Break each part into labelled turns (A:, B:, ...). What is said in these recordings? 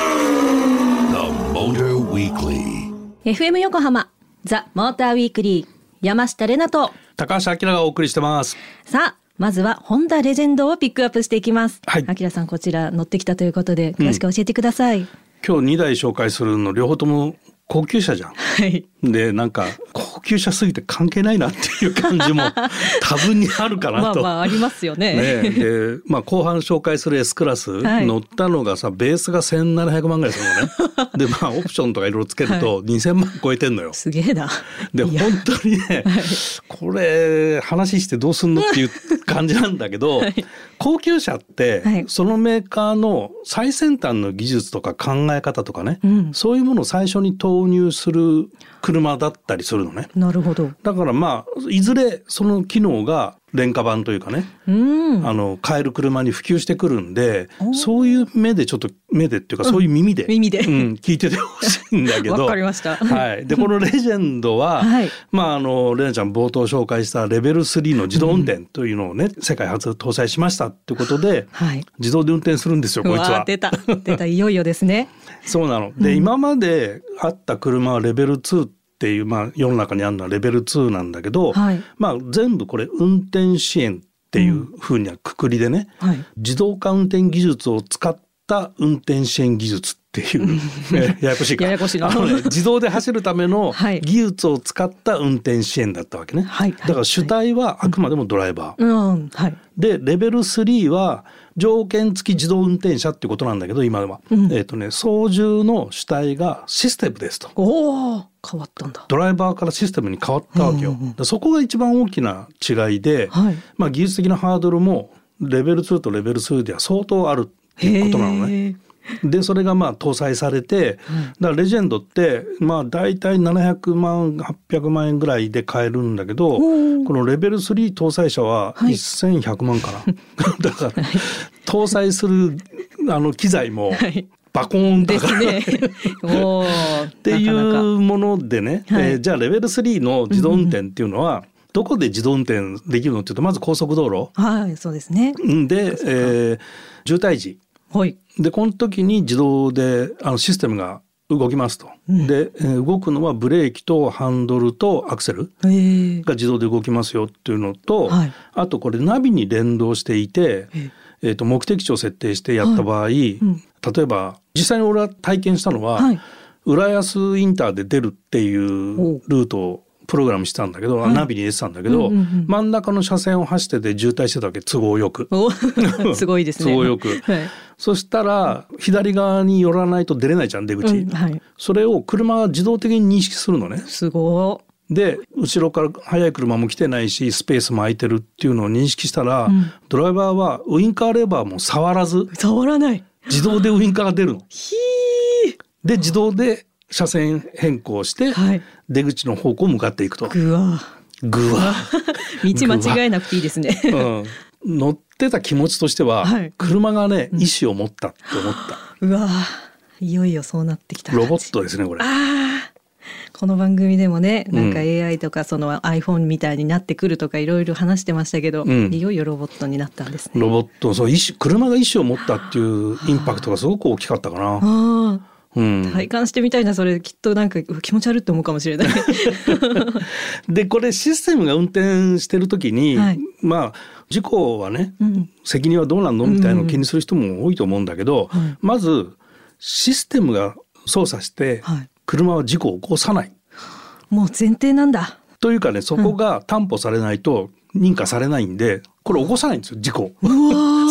A: The Motor Weekly.
B: FM 横浜ザ・モーターウィークリー山下れなと
C: 高橋明がお送りしてます。
B: さあまずはホンダレジェンドをピックアップしていきます。
C: はい
B: 明さんこちら乗ってきたということで詳しく教えてください。
C: 今日2台紹介するの両方とも高級車じゃん。
B: はい。
C: でなんか高級車すぎて関係ないなっていう感 じも多分にあるか
B: ま
C: な
B: あ
C: と。
B: まあありますよね。
C: ねえ、で、まあ、後半紹介する S クラス、
B: はい
C: 乗ったのがさベースが1700万ぐらいするのねでまあオプションとかいろいろつけると2000万超えてんのよ。
B: すげえな。
C: で本当に ね、これ話してどうすんのっていう感じなんだけど、
B: はい
C: 高級車って、
B: はい
C: そのメーカーの最先端の技術とか考え方とかね、
B: うん
C: そういうものを最初に投入する車だったりするのね。
B: なるほど。
C: だからまあいずれその機能が廉価版というかね、
B: うん。
C: あの買える車に普及してくるんで
B: お
C: そういう目でちょっと目でっていうかそういう耳で、
B: 耳で
C: うん聞いててほしいんだけど
B: わかりまし た
C: はい、でこのレジェンドは、
B: はい
C: まああのレナちゃん冒頭紹介したレベル3の自動運転というのをね、世界初搭載しましたってことで
B: はい。
C: 自動で運転するんですよこいつ
B: うわ
C: は
B: ー。出た出たいよいよですね。
C: そうなの。で、今まであった車はレベル2っていう、まあ、世の中にあるのはレベル2なんだけど、
B: はい
C: まあ、全部これ運転支援っていうふうにはくくりでね、
B: はい
C: 自動化運転技術を使った運転支援技術っていう、え ややこしいか
B: ややこしいな
C: あのね自動で走るための
B: はい
C: 技術を使った運転支援だったわけね、
B: はいはい
C: だから主体はあくまでもドライバー、
B: うんはい。
C: でレベル3は条件付き自動運転車っていうことなんだけど今は、
B: うん
C: えっ、とね操縦の主体がシステムですと
B: おお変わったんだ。
C: ドライバーからシステムに変わったわけよ、
B: うんうんうん
C: でそこが一番大きな違いで、
B: はい
C: まあ技術的なハードルもレベル2とレベル3では相当あるっていうことなのね。
B: へー
C: でそれがまあ搭載されて、だからレジェンドってまあ大体700万800万円ぐらいで買えるんだけどこ
B: ー
C: のレベル3搭載車は
B: はい
C: 1100万かな、 だから搭載するあの機材も
B: はい
C: バコーン
B: で
C: だから
B: す ね。おお。っ
C: ってい
B: なかなか
C: うものでね
B: はい
C: えーじゃあレベル3の自動運転っていうのは、どこで自動運転できるのっていうとまず高速道路
B: はいそうですね。
C: うんで、えー渋滞時
B: はい。
C: でこの時に自動であのシステムが動きますと、
B: うん
C: で、えー動くのはブレーキとハンドルとアクセル
B: えー、
C: が自動で動きますよっていうのと、
B: はい
C: あとこれナビに連動していて
B: え、
C: えー、と目的地を設定してやった場合、
B: うん
C: 例えば実際に俺は体験したのは、
B: はい
C: 浦安インターで出るっていう
B: おう
C: ルートをプログラムしてたんだけど、
B: い
C: ナビに入れてたんだけど、
B: うんうんうん
C: 真ん中の車線を走ってて渋滞してたわけ都合よく。
B: おすごいですね。
C: 都合よく
B: はい。
C: そしたら左側に寄らないと出れないじゃん出口、
B: うんはい。
C: それを車が自動的に認識するのね
B: すご
C: で後ろから速い車も来てないしスペースも空いてるっていうのを認識したら、
B: うん
C: ドライバーはウインカーレバーも触らず
B: い。触らない。
C: 自動でウインカーが出るの。
B: ひ
C: で自動で車線変更して、
B: ー。はい。
C: 出口の方向を向かっていくと。
B: ぐわ
C: ぐわ。
B: ー。道間違えなくていいですね。
C: うん、乗ってた気持ちとしては、
B: はい
C: 車がね意思を持ったって思った。
B: うわー。いよいよそうなってきた感
C: ロ
B: じ。
C: ボットですねこれ。
B: あーこの番組でもねなんか
C: う
B: AI とかその iPhone みたいになってくるとかいろいろ話してましたけど、
C: うん
B: いよいよロボットになったんですね。
C: ロボットその意思車が意思を持ったっていうインパクトがすごく大きかったかな。
B: ああ
C: うん
B: 体感してみたいなそれきっとなんかうわ気持ち悪いって思うかも しれない。
C: でこれシステムが運転してる時に、
B: はい
C: まあ事故はね、
B: うん
C: 責任はどうなんのみたいなのを気にする人も多いと思うんだけど、
B: うんはい
C: まずシステムが操作して
B: はい
C: 車は事故を起こさない
B: もう前提なんだ。
C: というかねそこが担保されないと認可されないんでこれ起こさないんですよ事故
B: うわ ー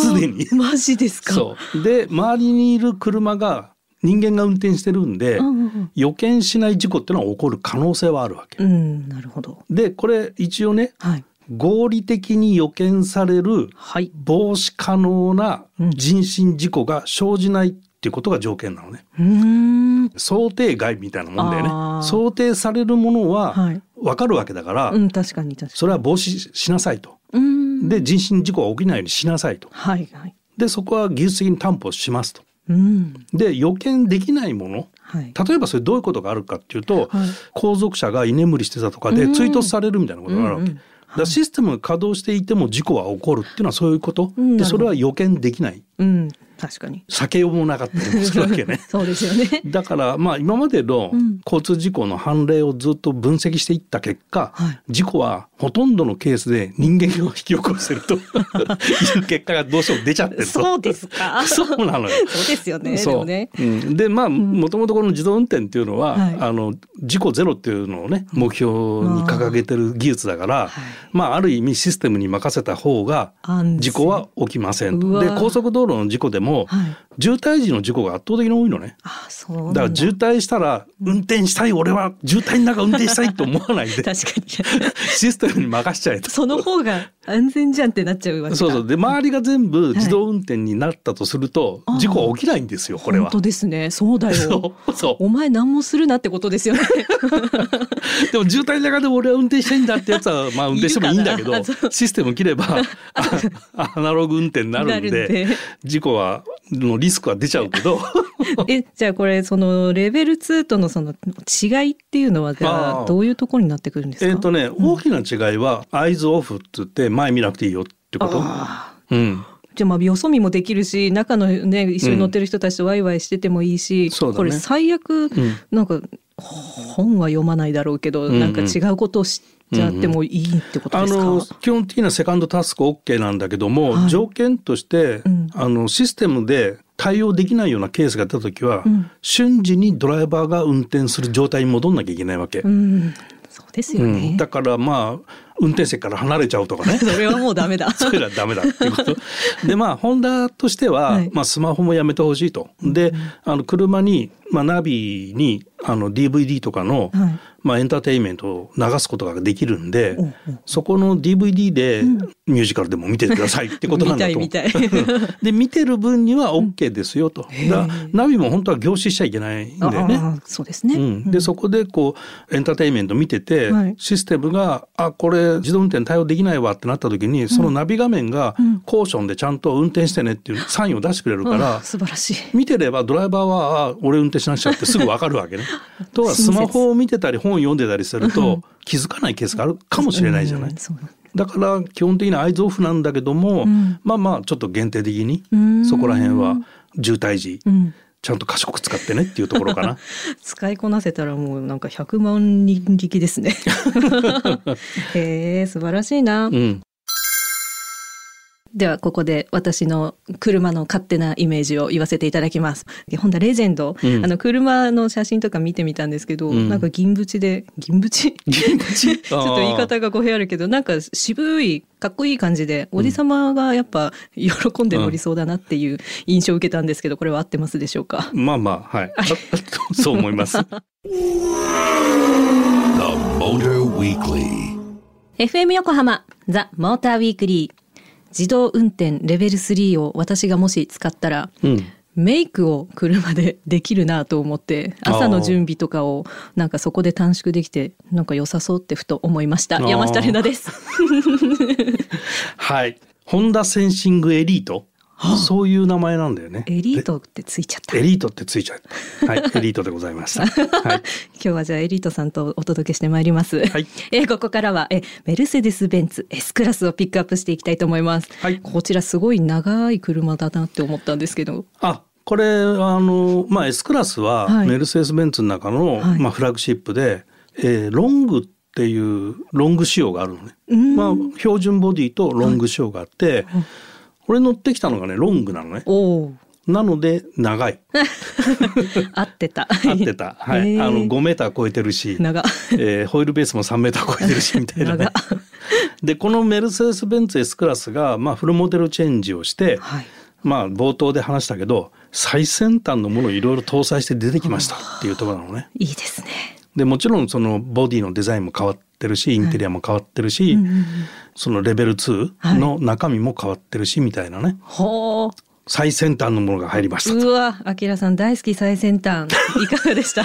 C: すでに
B: マジですか。
C: そうで周りにいる車が人間が運転してるんで、
B: うんうん
C: 予見しない事故っていうのは起こる可能性はあるわけ。
B: うん、うん、なるほど。
C: でこれ一応ね
B: はい。
C: 合理的に予見される
B: はい。
C: 防止可能な
B: うん
C: 人身事故が生じないっていうことが条件なのね。
B: うーん。
C: 想定外みたいなもんだよ
B: あー
C: ね。想定されるもの
B: は
C: はい分かるわけだから、
B: うん、確かに確か
C: それは防止しなさいと。
B: に。うーん。
C: で人身事故が起きないようにしなさいと。
B: はいはい。
C: でそこは技術的に担保しますと。
B: うん。
C: で予見できないもの
B: はい。
C: 例えばそれどういうことがあるかっていうと、
B: はい
C: 後続車が居眠りしてたとか
B: う
C: で
B: ん
C: 追突されるみたいなことがあるわけ、
B: うんうん
C: だからシステムが稼働していても事故は起こるっていうのはそういうこと、
B: うん
C: でそれは予見できない
B: うん。確かに。。
C: 酒もなかったりもするわけね
B: そうですよね。
C: だからまあ今までの
B: うん
C: 交通事故の判例をずっと分析していった結果、
B: はい
C: 事故はほとんどのケースで人間が引き起こせるという結果がどうしても出ちゃってると。
B: そうですか
C: そうなのよ。
B: そうですよね。で
C: そう
B: もね。
C: うん、でまあもともとこの自動運転っていうのは、
B: はい
C: あの事故ゼロっていうのをね目標に掲げてる技術だから、
B: はい
C: まあある意味システムに任せた方が
B: 安全
C: 事故は起きません
B: う
C: と。
B: わ
C: で高速道路の事故でも、
B: はい
C: 渋滞時の事故が圧倒的に多いのね。
B: あ、そうなん
C: だから渋滞したら運転したい俺は渋滞の中運転したいと思わないで
B: 確かに。
C: システムに任せちゃえと。
B: その方が安全じゃんってなっちゃうわけだ。
C: そうそうで周りが全部自動運転になったとすると、
B: はい
C: 事故は起きないんですよこれは
B: 本。当ですね。そうだ よ。
C: そうそう
B: お前何もするなってことですよね。
C: でも渋滞の中で俺は運転してんだってやつ はまあ運転してもいいんだけ
B: い
C: ど
B: るかなそう
C: システム切れば あアナログ運転になるんで
B: なるんで
C: 事故はのリスクは出ちゃう けど
B: え、じゃあこれそのレベル2とのその違いっていうのはじゃ
C: あー
B: あどういうところになってくるんですか。
C: えっとね大きな違いは「アイズオフ」って言って前見なくていいよってこと。
B: あー
C: うん、
B: じゃあまあよそ見もできるし中のね一緒に乗ってる人たちとワイワイしててもいいし、
C: そうだね
B: これ最悪、
C: ん
B: なんか本は読まないだろうけど、
C: んうん
B: なんか違うことをしちゃってもいいってこと
C: あ
B: ですか、
C: の基本的なセカンドタスク OK なんだけども、
B: はい
C: 条件として、
B: うん
C: あのシステムで対応できないようなケースが出た時は、
B: うん
C: 瞬時にドライバーが運転する状態に戻んなきゃいけないわけ。
B: うん、そうですよ
C: う
B: ね
C: ん、。だからまあ運転席から離れちゃうと かね
B: それはもうダメだ。
C: それらダメだっていうことでまあホンダとしては、
B: はい
C: まあ、スマホもやめてほしいとであの車に、まあ、ナビにあの DVD とかの、
B: はい
C: まあ、エンターテインメントを流すことができるんで
B: おうおう
C: そこの DVD でミュージカルでも見てくださいってことなんだと思う
B: 見たい見たい
C: で見てる分には OK ですよと、
B: へえ
C: だからナビも本当は凝視しちゃいけないんだよね。
B: ああそうですね。
C: うん、でそこでこうエンターテインメント見てて、
B: はい
C: システムが「あこれ自動運転対応できないわ」ってなった時にそのナビ画面が
B: うん
C: コーションでちゃんと運転してねっていうサインを出してくれるか
B: あ
C: ら
B: あ、素晴らしい。
C: 見てればドライバーは「あ俺運転しなくちゃ」ってすぐ分かるわ けね。とはスマホを見てたり本読んでたりすると気づかないケースがあるかもしれないじゃない
B: うん。そう
C: だから基本的なアイズオフなんだけども、
B: うん
C: まあまあちょっと限定的に
B: うん
C: そこら辺は渋滞時
B: うん
C: ちゃんと賢く使ってねっていうところかな。
B: 使いこなせたらもうなんか100万人力で すね。へえ素晴らしいな。
C: うん
B: ではここで私の車の勝手なイメージを言わせていただきます。でホンダレジェンド、
C: うん
B: あの車の写真とか見てみたんですけど、
C: うん
B: なんか銀縁で銀 縁
C: 銀縁
B: ちょっと言い方が語弊あるけどなんか渋いかっこいい感じでおじさまがやっぱ喜んで乗りそうだなっていう印象を受けたんですけどこれは合ってますでしょうか
C: まあまあ、はい。ああそう思います。
A: The Motor Weekly.
B: FM 横浜ザ・モーターウィークリー自動運転レベル3を私がもし使ったら
C: うん。
B: メイクを車でできるなと思って
C: あー
B: 朝の準備とかをなんかそこで短縮できてなんか良さそうってふと思いました
C: あー
B: 山下玲奈です
C: はい。ホンダセンシングエリート。そういう名前なんだよね。
B: エリートってついちゃった
C: で。エリートってついちゃう。はい。エリートでございま した。はい。
B: 今日はじゃあエリートさんとお届けしてまいります、
C: はい
B: えーここからはえメルセデス・ベンツ S クラスをピックアップしていきたいと思います、
C: はい
B: こちらすごい長い車だなって思ったんですけど
C: あ、これ、あの、まあ、S クラス
B: は
C: は、
B: い
C: メルセデス・ベンツの中の、
B: はい
C: まあ、フラッグシップで、えーロングっていうロング仕様があるのね。
B: うん
C: まあ、標準ボディとロング仕様があって、俺乗ってきたのがね、ロングなのね。
B: おお
C: なので、長い。
B: 合ってた
C: 合ってた。はい。あの、
B: ご
C: 5メーター超えてるし。
B: 長
C: えーホイールベースも3メーター超えてるしみたいなね
B: 長。
C: でこのメルセデス・ベンツ S クラスが、まあ、フルモデルチェンジをして、
B: はい
C: まあ、冒頭で話したけど最先端のものをいろいろ搭載して出てきましたっていうところなのね。
B: いいですね
C: でもちろんそのボディのデザインも変わってるしインテリアも変わってるし、そのレベル2の中身も変わってるしみたいなね
B: ほう
C: 最先端のものが入りました
B: うわ、あきらさん大好き最先 端。いかがでした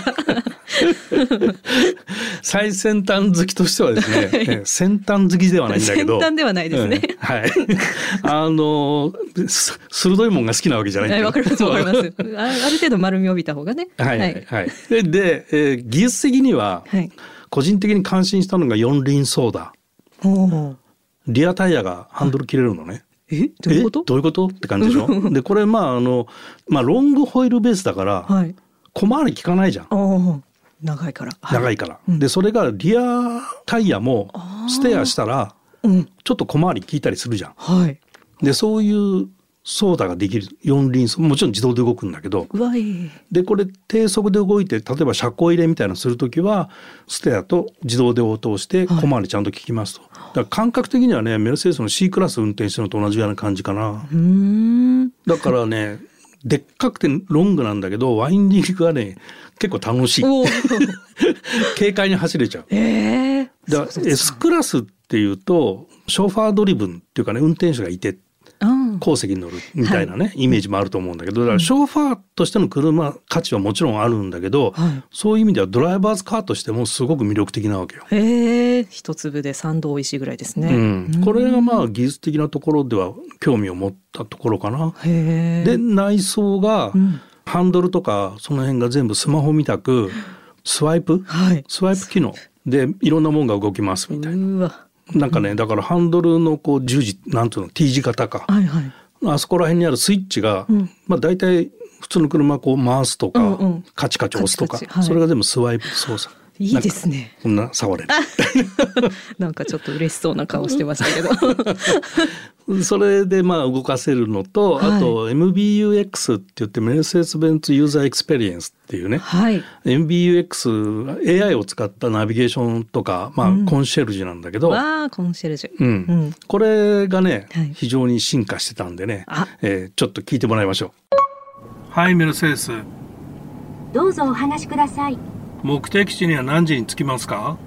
C: 最先端好きとしてはです ね、えー先端好きではないんだけど
B: 先端ではないですね
C: うんはい あのす鋭いもんが好きなわけじゃないんだ
B: はい
C: よ
B: わかります、わかり ます。あある程度丸みを帯びた方がね。
C: はいはい、はい、でで、えー技術的には、
B: はい
C: 個人的に感心したのが四輪ソーダ
B: おー
C: リアタイヤがハンドル切れるのね、
B: えどういうこと
C: えどういうことって感じでしょでこれまああの、まあ、ロングホイールベースだから、
B: はい。
C: 小回り効かないじゃん
B: ああ、長いから。はい
C: 長いから、
B: うん
C: でそれがリアタイヤも
B: あー
C: ステアしたら
B: うん。
C: ちょっと小回り効いたりするじゃん
B: はい。
C: でそういう操作ができる四輪走もちろん自動で動くんだけど
B: うわい。
C: でこれ低速で動いて例えば車庫入れみたいなのする時はステアと自動で応答して
B: はい
C: 小回りちゃんと効きますと、だから感覚的にはねメルセデスの C クラス運転してるのと同じような感じかな
B: うーん。
C: だからねでっかくてロングなんだけどワインディングがね結構楽しい
B: おお。
C: 軽快に走れちゃう
B: え え
C: だから S クラスっていうとショーファードリブンっていうかね運転手がいて
B: うん。
C: 後席に乗るみたいなね、イメージもあると思うんだけどだからショーファーとしての車価値はもちろんあるんだけど、
B: はい
C: そういう意味ではドライバーズカーとしてもすごく魅力的なわけよ。
B: ええ一粒で三度美味しいぐらいですね。
C: うん、これがまあ技術的なところでは興味を持ったところかな。
B: へえ。
C: で内装が
B: うん
C: ハンドルとかその辺が全部スマホみたくスワイプ
B: はい。
C: スワイプ機能でいろんなもんが動きますみたいな。
B: うわ。
C: なんかね、だからハンドルのこう十字なんていうの T 字型か、
B: はいはい。
C: あそこら辺にあるスイッチが、
B: うん
C: まあ大体普通の車こう回すとか、
B: うんうん
C: カチカチ押すとか
B: カチカチはい
C: それが全部スワイプ操作
B: いいですね。
C: こんな触れ
B: なんかちょっと嬉しそうな顔してましたけど。
C: るそれでまあ動かせるのと、
B: はい
C: あと MBUX って言ってメルセデス・ベンツ・ユーザー・エクスペリエンスっていうね、
B: はい。
C: MBUX AI を使ったナビゲーションとか、まあ、コンシェルジュなんだけど、
B: わあ、コンシェルジュ。
C: うん
B: うん
C: これがね、
B: はい
C: 非常に進化してたんでね
B: あ、
C: えーちょっと聞いてもらいましょうはいメルセデス
D: どうぞお話しください
C: 目的地には何時に着きますか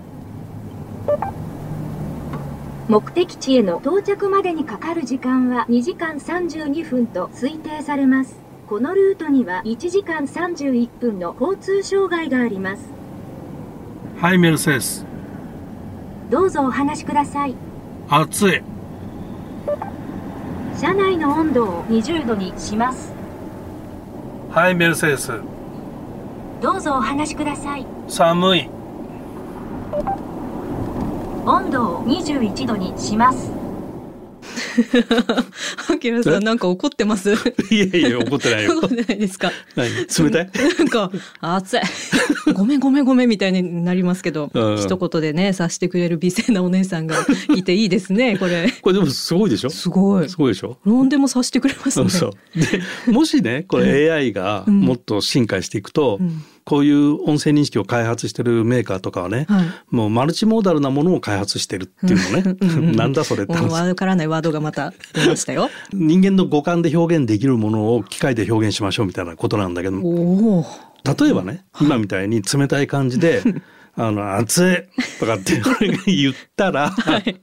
D: 目的地への到着までにかかる時間は2時間32分と推定されますこのルートには1時間31分の交通障害があります
C: はいメルセデス
D: どうぞお話しください
C: 暑い
D: 車内の温度を20度にします
C: はいメルセデス
D: どうぞお話しください
C: 寒い
D: 温度を21度にします
B: アキラさんなんか怒ってます。
C: いやいや怒ってない よ
B: 怒ってないですか。
C: 何冷たい
B: なんか暑い。ごめんごめんごめんみたいになりますけど、
C: うん
B: 一言でね察してくれる美声なお姉さんがいていいですね。これ
C: これでもすごいでしょ
B: すごい。
C: すごいでしょ
B: 何でも察してくれます
C: そ
B: ね。
C: う そうでもしねこれ AI が
B: うん
C: もっと進化していくと、
B: うん
C: こういう音声認識を開発してるメーカーとかはね、
B: はい
C: もうマルチモーダルなものを開発してるっていうのね、 なんだそれって
B: もう
C: 話
B: わからないワードがまた出ましたよ。
C: 人間の五感で表現できるものを機械で表現しましょうみたいなことなんだけど
B: おお。
C: 例えばね今みたいに冷たい感じ で「あの暑い!」とかって俺が言ったら「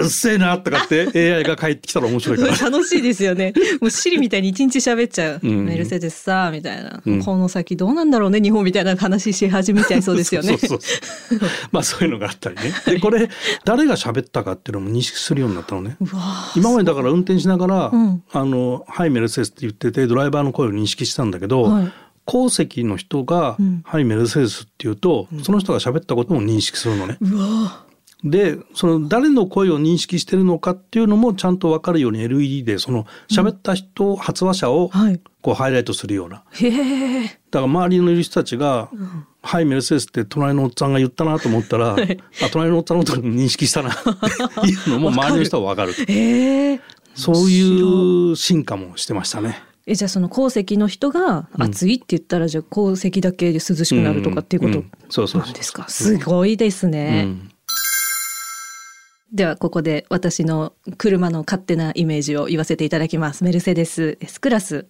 C: うっせえな!」とかって AI が帰ってきたら面白いから。
B: 楽しいですよね。もうシリみたいに一日喋っちゃう。
C: うん
B: メルセデスさ、みたいな、
C: うん
B: この先どうなんだろうね、日本みたいな話し始めちゃいそうですよね。
C: そうそうそうまあそういうのがあったりね。でこれ誰が喋ったかっていうのも認識するようになったのね。
B: うわあ
C: 今までだから運転しながら「
B: うん
C: あのハイメルセデス」って言っててドライバーの声を認識してたんだけど、
B: はい
C: 後席の人が
B: うん
C: 「ハイメルセデス」って言うと、その人が喋ったことも認識するのね。
B: うわ
C: でその誰の声を認識してるのかっていうのもちゃんと分かるように LED でその喋った人、発話者を
B: あはい。
C: こうハイライトするような。
B: へえ。
C: だから周りのいる人たちが「はいメルセデス」って隣のおっさんが言ったなと思ったら、
B: い
C: あ隣のおっさんのことを認識したなっていうの も周りの人は分かる
B: ええ。
C: そういう進化もしてましたね。
B: えじゃあその鉱石の人が暑いって言ったら、じゃあ鉱石だけで涼しくなるとかっていう
C: うんうん
B: こ
C: そう
B: と
C: そう
B: な
C: そ
B: ん
C: う
B: ですか、すごいですね、
C: うん
B: ではここで私の車の勝手なイメージを言わせていただきますメルセデス S クラス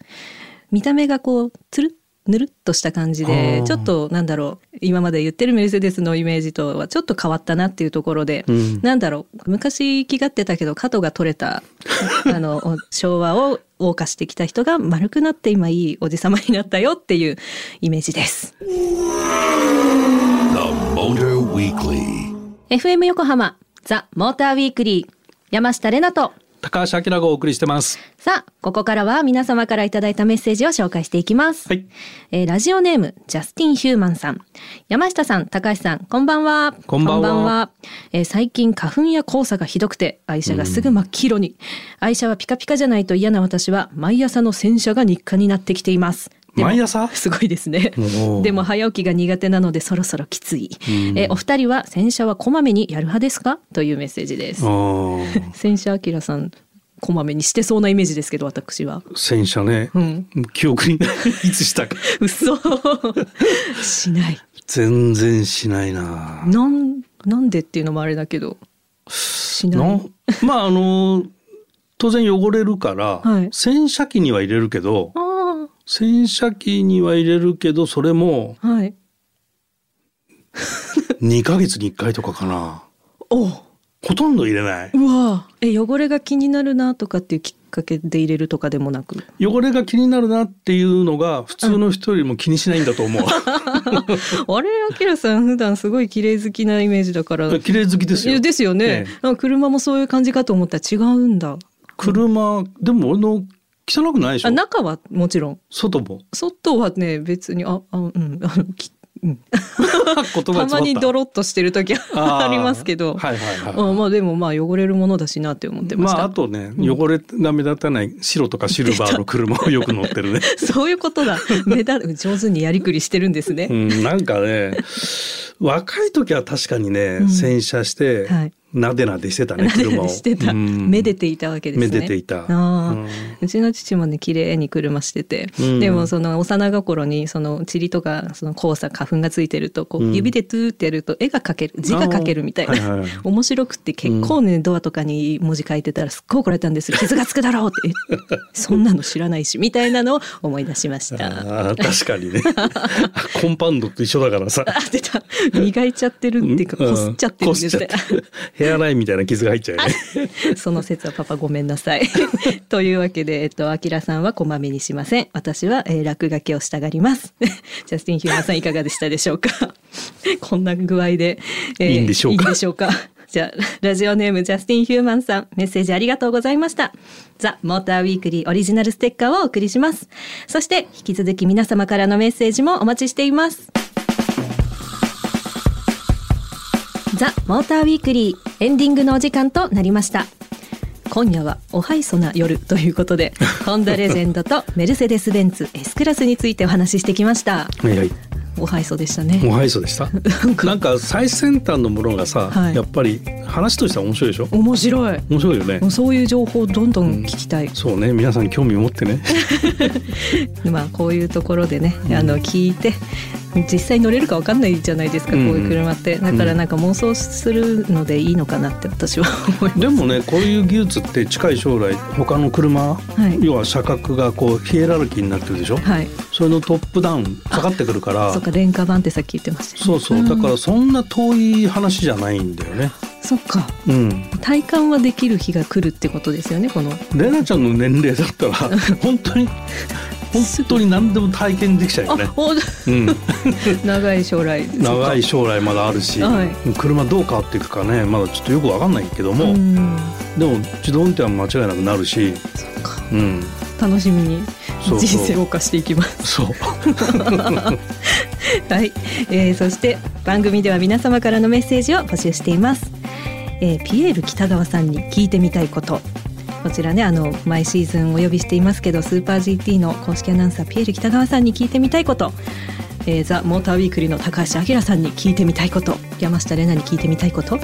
B: 見た目がこうつるぬるっとした感じで
C: あー
B: ちょっとなんだろう今まで言ってるメルセデスのイメージとはちょっと変わったなっていうところで、
C: うん
B: なんだろう昔気がってたけど角が取れ たあの昭和を謳歌してきた人が丸くなって今いいおじさまになったよっていうイメージです。
A: The Motor Weekly.
B: FM 横浜ザ・モーターウィークリー山下れなと
C: 高橋明がお送りしてます。
B: さあ、ここからは皆様からいただいたメッセージを紹介していきます。
C: はい
B: えーラジオネーム、ジャスティン・ヒューマンさん。山下さん、高橋さん、こんばんは。
C: こんばんは
B: えー最近、花粉や黄砂がひどくて、愛車がすぐ真っ黄色に。愛車はピカピカじゃないと嫌な私は、毎朝の洗車が日課になってきています。でも
C: 毎朝
B: すごいですね
C: おー。
B: でも早起きが苦手なのでそろそろきつい。えーお二人は洗車はこまめにやる派ですかというメッセージです。
C: ああ、
B: 洗車あきらさんこまめにしてそうなイメージですけど私は
C: 洗車ね。
B: うん
C: 記憶にないいつ したか。
B: 嘘しない
C: 全然しないな。
B: なんなんでっていうのもあれだけどしな
C: ない まああの当然汚れるから、
B: はい
C: 洗車機には入れるけど
B: あ
C: 洗車機には入れるけどそれも
B: あはい
C: 2ヶ月に1回とかかな
B: おう
C: ほとんど入れないう
B: わえ汚れが気になるなとかっていうきっかけで入れるとかでもなく
C: 汚れが気になるなっていうのが普通の人よりも気にしないんだと思
B: あれあきらさん普段すごい綺麗好きなイメージだから
C: う 綺麗好きです
B: いや
C: よ
B: ですよね、
C: ええ
B: なんか車もそういう感じかと思ったら違うんだ
C: 車でも俺の汚くないでしょ
B: あ中はもちろん
C: 外も
B: 外はね別にああうんあのきうん
C: 言葉詰ま
B: た
C: った
B: まにドロッとしてる 時
C: あ
B: は
C: ー
B: ありますけど、
C: はいはいはい
B: うんまあでもまあ汚れるものだしなって思ってま
C: ま
B: した、
C: ああとね汚れが目立たない白とかシルバーの車をよく乗ってるね
B: そういうこ とだ目立う上手にやりくりしてるんですね、
C: うん、なんか ね若い時は確かにね、
B: ん
C: 洗車して、
B: はい
C: なでなでしてた ね車を
B: してた、
C: うん
B: めでていたわけですね
C: めでていた
B: ああ
C: うん
B: うちの父もね綺麗に車してて、
C: うん
B: でもその幼心にその塵とかその黄砂花粉がついてるとこ
C: う
B: うん指でトゥーってやると絵が描ける字が描けるみたいな、
C: あーはいはい
B: 面白くって結構ね、ドアとかに文字書いてたらすっごい怒られたんですよ傷がつくだろうってえそんなの知らないしみたいなのを思い出しました。
C: あー確か にねコンパウンドと一緒だからさ
B: あ 出た磨いちゃってるっていうかこすっちゃってるんですね
C: こ。すっちゃってヘアラインみたいな傷が入っちゃうよね
B: その説はパパごめんなさい。 というわけで、えっと、あきらさんはこまめにしません。私は、えー落書きをしたがります。 ジャスティン・ヒューマンさんいかがでしたでしょうか こんな具合で、え
C: いいんでしょうか
B: か じゃあ、ラジオネームジャスティン・ヒューマンさん、メッセージありがとうございました。ザ・モーター・ウィークリーオリジナルステッカーをお送りします。そして、引き続き皆様からのメッセージもお待ちしています。ザ・モーターウィークリーエンディングのお時間となりました今夜はおはいそな夜ということでホンダレジェンドとメルセデス・ベンツ S クラスについてお話ししてきました
C: はいはい
B: おはいそでしたね
C: もうはいそうでしたなんか最先端のものがさ、
B: はい
C: やっぱり話としては面白いでしょ
B: 面白い
C: 面白いよね
B: もうそういう情報をどんどん聞きたい、
C: そうね皆さん興味を持ってね
B: まあこういうところでね、あの聞いて実際乗れるかわかんないじゃないですか、
C: うん
B: こういう車ってだからなんか妄想するのでいいのかなって私は思います
C: でもねこういう技術って近い将来他の車、
B: い
C: 要は車格がこうヒエラルキーになってるでしょ、
B: はい
C: それのトップダウン下がってくるから
B: そっか廉価版ってさっき言ってましたよね
C: そうそうだからそんな遠い話じゃないんだよね
B: そっか
C: うん
B: 体感はできる日が来るってことですよねこの
C: 玲奈ちゃんの年齢だ ったら本当に本当に何でも体験できちゃうよね
B: あ、お
C: うん、
B: 長い将来
C: 長い将来まだあるし、
B: はい
C: 車どう変わっていくかねまだちょっとよく分かんないけども、
B: うん
C: でも自動運転は間違いなくなるし、
B: そっか
C: うん、
B: 楽しみに
C: そうそう
B: 人生を謳歌していきます
C: そう
B: はい、えーそして番組では皆様からのメッセージを募集しています、えーピエール北川さんに聞いてみたいことこちらねあの毎シーズンお呼びしていますけどスーパー GT の公式アナウンサーピエール北川さんに聞いてみたいこと、えーザ・モーターウィークリーの高橋明さんに聞いてみたいこと山下玲奈に聞いてみたいこと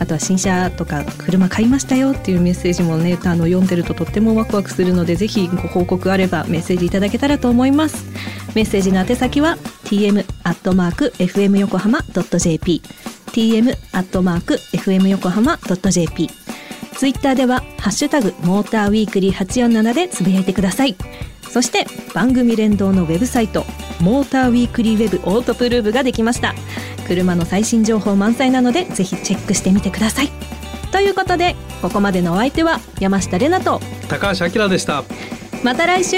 B: あとは新車とか車買いましたよっていうメッセージもねあの読んでるととってもワクワクするのでぜひご報告あればメッセージいただけたらと思いますメッセージの宛先は tm アットマーク fm 横浜 .jp tm アットマーク fm 横浜 .jp ツイッターではハッシュタグモーターウィークリー847でつぶやいてくださいそして番組連動のウェブサイトモーターウィークリーウェブオートプルーブができました車の最新情報満載なのでぜひチェックしてみてくださいということでここまでのお相手は山下玲奈と
C: 高橋明でした
B: また来週